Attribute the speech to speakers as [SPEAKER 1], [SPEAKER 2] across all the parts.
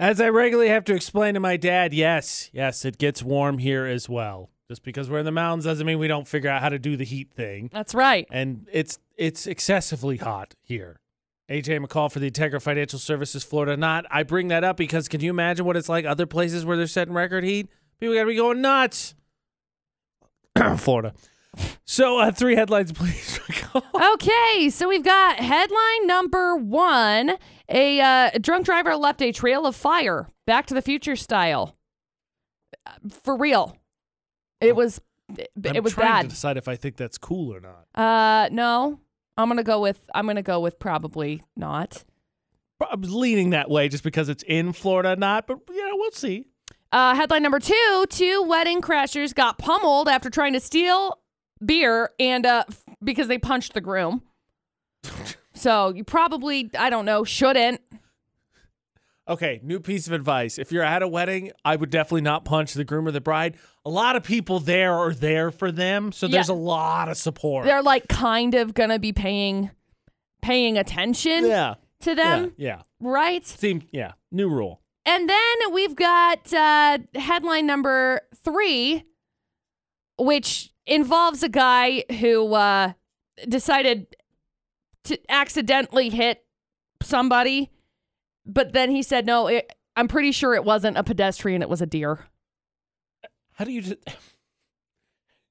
[SPEAKER 1] As I regularly have to explain to my dad, yes, yes, it gets warm here as well. Just because we're in the mountains doesn't mean we don't figure out how to do the heat thing.
[SPEAKER 2] That's right.
[SPEAKER 1] And it's it's excessively hot here. AJ McCall for the Integra Financial Services Florida Not. I bring that up because can you imagine what it's like other places where they're setting record heat? People gotta be going nuts. Florida. So uh, three headlines, please. McCall.
[SPEAKER 2] Okay, so we've got headline number one: a uh, drunk driver left a trail of fire, Back to the Future style. Uh, For real, it was it, it
[SPEAKER 1] I'm
[SPEAKER 2] was
[SPEAKER 1] trying to
[SPEAKER 2] bad.
[SPEAKER 1] decide if I think that's cool or not.
[SPEAKER 2] Uh, no, I'm gonna go with I'm gonna go with probably not.
[SPEAKER 1] I'm leaning that way just because it's in Florida, not. But yeah, we'll see.
[SPEAKER 2] Uh, headline number two: Two wedding crashers got pummeled after trying to steal beer and uh, f- because they punched the groom. So you probably I don't know shouldn't.
[SPEAKER 1] Okay, new piece of advice. If you're at a wedding, I would definitely not punch the groom or the bride. A lot of people there are there for them, so there's
[SPEAKER 2] Yeah.
[SPEAKER 1] a lot of support.
[SPEAKER 2] They're like kind of gonna be paying paying attention
[SPEAKER 1] yeah,
[SPEAKER 2] to them,
[SPEAKER 1] yeah, yeah.
[SPEAKER 2] right?
[SPEAKER 1] Seem yeah. New rule.
[SPEAKER 2] And then we've got uh, headline number three, which involves a guy who uh, decided to accidentally hit somebody, but then he said, "No, it, I'm pretty sure it wasn't a pedestrian; it was a deer."
[SPEAKER 1] How do you? Just...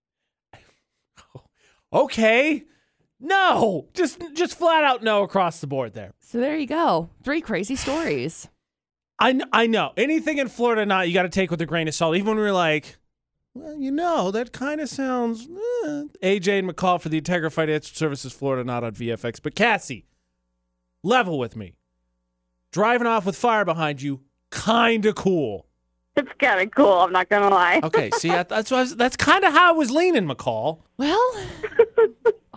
[SPEAKER 1] okay, no, just just flat out no across the board there.
[SPEAKER 2] So there you go, three crazy stories.
[SPEAKER 1] I, kn- I know anything in Florida not you got to take with a grain of salt. Even when we are like, well, you know, that kind of sounds. eh." AJ and McCall for the Integra Financial Services Florida not on VFX, but Cassie, level with me. Driving off with fire behind you, kind of cool.
[SPEAKER 3] It's kind of cool. I'm not gonna lie.
[SPEAKER 1] Okay, see, I, that's what I was, that's kind of how I was leaning, McCall.
[SPEAKER 2] Well,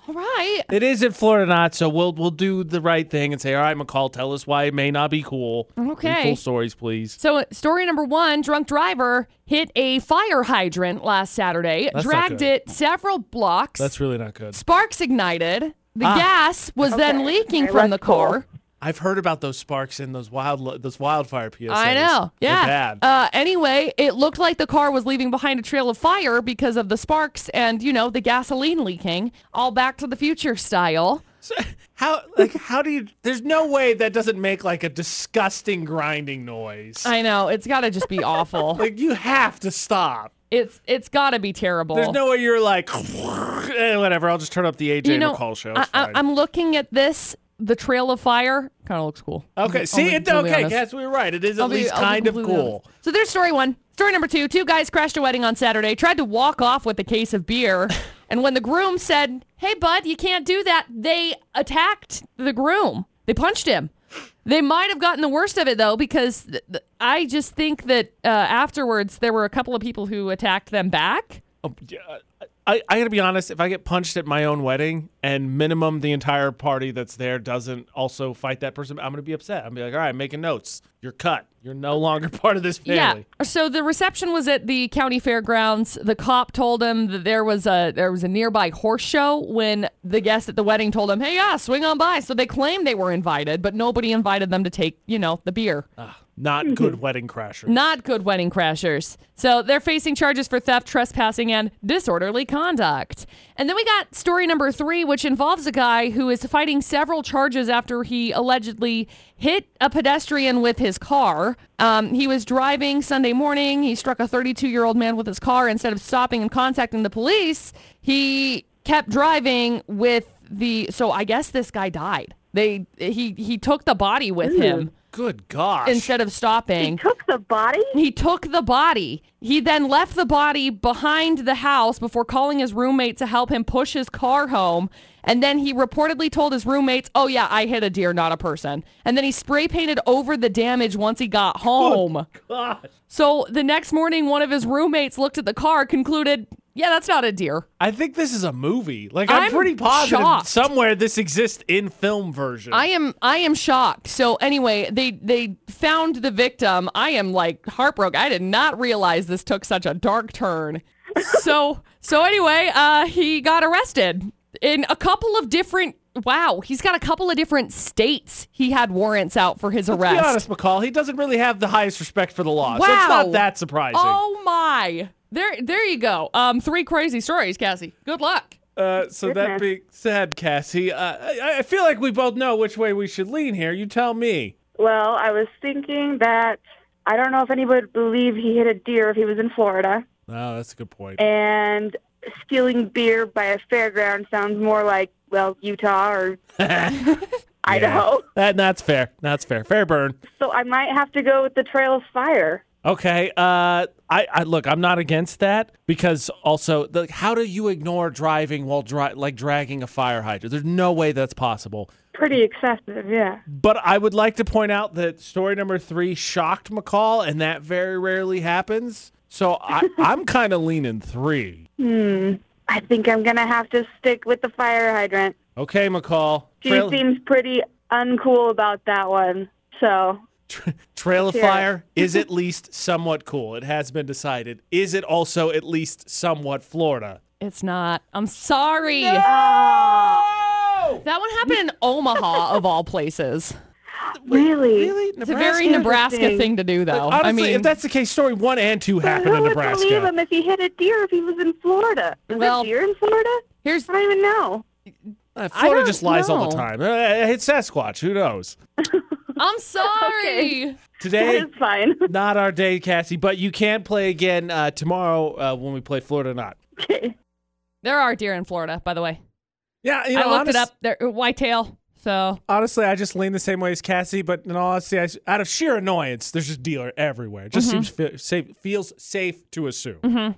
[SPEAKER 2] all right.
[SPEAKER 1] It is in Florida not, so we'll we'll do the right thing and say, all right, McCall, tell us why it may not be cool. Three
[SPEAKER 2] Okay.
[SPEAKER 1] full stories, please.
[SPEAKER 2] So, uh, story number one drunk driver hit a fire hydrant last Saturday,
[SPEAKER 1] That's not
[SPEAKER 2] dragged
[SPEAKER 1] good.
[SPEAKER 2] it several blocks.
[SPEAKER 1] That's really not good.
[SPEAKER 2] Sparks ignited. The
[SPEAKER 1] Ah.
[SPEAKER 2] gas was then
[SPEAKER 3] Okay.
[SPEAKER 2] leaking
[SPEAKER 3] Okay,
[SPEAKER 2] from the
[SPEAKER 3] that's cool.
[SPEAKER 2] car.
[SPEAKER 1] I've heard about those sparks and those wild those wildfire PSAs.
[SPEAKER 2] I know.
[SPEAKER 1] They're
[SPEAKER 2] Yeah.
[SPEAKER 1] bad.
[SPEAKER 2] Uh, anyway, it looked like the car was leaving behind a trail of fire because of the sparks and, you know, the gasoline leaking, all back to the future style.
[SPEAKER 1] So, how like how do you? There's no way that doesn't make like a disgusting grinding noise.
[SPEAKER 2] I know. It's got to just be awful.
[SPEAKER 1] like you have to stop.
[SPEAKER 2] it's It's got to be terrible.
[SPEAKER 1] There's no way you're like eh, whatever. I'll just turn up the AJ
[SPEAKER 2] you know,
[SPEAKER 1] McCall show.
[SPEAKER 2] I,
[SPEAKER 1] It's
[SPEAKER 2] I,
[SPEAKER 1] fine.
[SPEAKER 2] I'm looking at this. The trail of fire kind of looks cool.
[SPEAKER 1] okay. See,
[SPEAKER 2] be
[SPEAKER 1] it,
[SPEAKER 2] completely
[SPEAKER 1] okay.
[SPEAKER 2] honest.
[SPEAKER 1] Yes, we were right. It is at
[SPEAKER 2] I'll be-
[SPEAKER 1] least
[SPEAKER 2] I'll be
[SPEAKER 1] kind of
[SPEAKER 2] completely
[SPEAKER 1] cool.
[SPEAKER 2] honest. So there's story one. Story number two. Two guys crashed a wedding on Saturday, tried to walk off with a case of beer, and when the groom said, Hey bud, you can't do that, they attacked the groom. They punched him. They might have gotten the worst of it though, because th- th- I just think that uh, afterwards there were a couple of people who attacked them back.
[SPEAKER 1] Oh, yeah, I, I gotta be honest. If I get punched at my own wedding and minimum the entire party that's there doesn't also fight that person, I'm gonna be upset. I'm gonna be like, all right, making notes. You're cut. You're no longer part of this family.
[SPEAKER 2] Yeah. So the reception was at the county fairgrounds. The cop told him that there was a there was a nearby horse show when the guest at the wedding told him, "Hey, yeah, swing on by." So they claimed they were invited, but nobody invited them to take, you know, the beer. Mm-hmm.
[SPEAKER 1] Not good wedding crasher.
[SPEAKER 2] Not good wedding crashers. So they're facing charges for theft, trespassing, and disorderly conduct. And then we got story number three, which involves a guy who is fighting several charges after he allegedly hit a pedestrian with his car. Um, he was driving Sunday morning. He struck a 32 year old man with his car. Instead of stopping and contacting the police, he kept driving with the. So I guess this guy died. They he he took the body with him
[SPEAKER 1] Good gosh.
[SPEAKER 2] instead of stopping.
[SPEAKER 3] He took the body.
[SPEAKER 2] He took the body. He then left the body behind the house before calling his roommate to help him push his car home. And then he reportedly told his roommates, "Oh yeah, I hit a deer, not a person." And then he spray painted over the damage once he got home.
[SPEAKER 1] gosh.
[SPEAKER 2] So the next morning, one of his roommates looked at the car, concluded, "Yeah, that's not a deer."
[SPEAKER 1] I think this is a movie. Like I'm,
[SPEAKER 2] I'm
[SPEAKER 1] pretty positive
[SPEAKER 2] shocked.
[SPEAKER 1] somewhere this exists in film version.
[SPEAKER 2] I am I am shocked. So anyway, they they found the victim. I am like heartbroken. I did not realize this took such a dark turn. So so anyway, uh, he got arrested in a couple of different wow, he's got a couple of different states he had warrants out for his
[SPEAKER 1] To be
[SPEAKER 2] arrest.
[SPEAKER 1] honest, McCall, he doesn't really have the highest respect for the law, so it's
[SPEAKER 2] Wow.
[SPEAKER 1] not that surprising.
[SPEAKER 2] Oh my. There there you go. Um three crazy stories, Cassie. Good luck.
[SPEAKER 1] Uh, so that
[SPEAKER 3] Goodness.
[SPEAKER 1] being said, Cassie, uh, I, I feel like we both know which way we should lean here. You tell me.
[SPEAKER 3] Well, I was thinking that I don't know if anybody would believe he hit a deer if he was in Florida,
[SPEAKER 1] Oh, that's a good point.
[SPEAKER 3] and stealing beer by a fairground sounds more like well Utah or Idaho.
[SPEAKER 1] That, that's fair. That's fair. Fair burn.
[SPEAKER 3] So I might have to go with the Trail of Fire.
[SPEAKER 1] Okay. Uh, I, I look. I'm not against that because also, the, how do you ignore driving while dri- like dragging a fire hydrant? There's no way that's possible.
[SPEAKER 3] Pretty excessive, yeah.
[SPEAKER 1] But I would like to point out that story number three shocked McCall, and that very rarely happens. So I, I'm kind of leaning three.
[SPEAKER 3] I think I'm gonna have to stick with the fire hydrant.
[SPEAKER 1] Okay, McCall.
[SPEAKER 3] She
[SPEAKER 1] Trail-
[SPEAKER 3] seems pretty uncool about that one. So
[SPEAKER 1] Tra- Trail of
[SPEAKER 3] Sure.
[SPEAKER 1] Fire is at least somewhat cool. It has been decided. Is it also at least somewhat Florida?
[SPEAKER 2] It's not. I'm sorry.
[SPEAKER 1] Oh!
[SPEAKER 2] That one happened in Omaha of all places.
[SPEAKER 3] really,
[SPEAKER 1] Really?
[SPEAKER 2] It's a very Nebraska thing to do though.
[SPEAKER 1] Honestly,
[SPEAKER 2] I mean
[SPEAKER 1] if that's the case, story one and two happened in
[SPEAKER 3] Who would believe
[SPEAKER 1] Nebraska.
[SPEAKER 3] him if he hit a deer if he was in Florida? Is
[SPEAKER 2] Well-
[SPEAKER 3] there deer in Florida?
[SPEAKER 2] here's
[SPEAKER 3] I don't even know.
[SPEAKER 1] Uh, Florida
[SPEAKER 2] don't
[SPEAKER 1] just lies all the
[SPEAKER 2] know.
[SPEAKER 1] time. Uh, it's Sasquatch. Who knows?
[SPEAKER 2] I'm sorry.
[SPEAKER 1] Today,
[SPEAKER 3] It's fine.
[SPEAKER 1] not our day, Cassie, but you can play again uh, tomorrow uh, when we play Florida or not.
[SPEAKER 3] okay.
[SPEAKER 2] There are deer in Florida, by the way.
[SPEAKER 1] Yeah, you know,
[SPEAKER 2] I looked
[SPEAKER 1] honest-
[SPEAKER 2] it up. They're uh, whitetail. So
[SPEAKER 1] honestly, I just lean the same way as Cassie, but in all honesty, I, out of sheer annoyance, there's just dealer everywhere. It just seems fe- safe, feels safe to assume.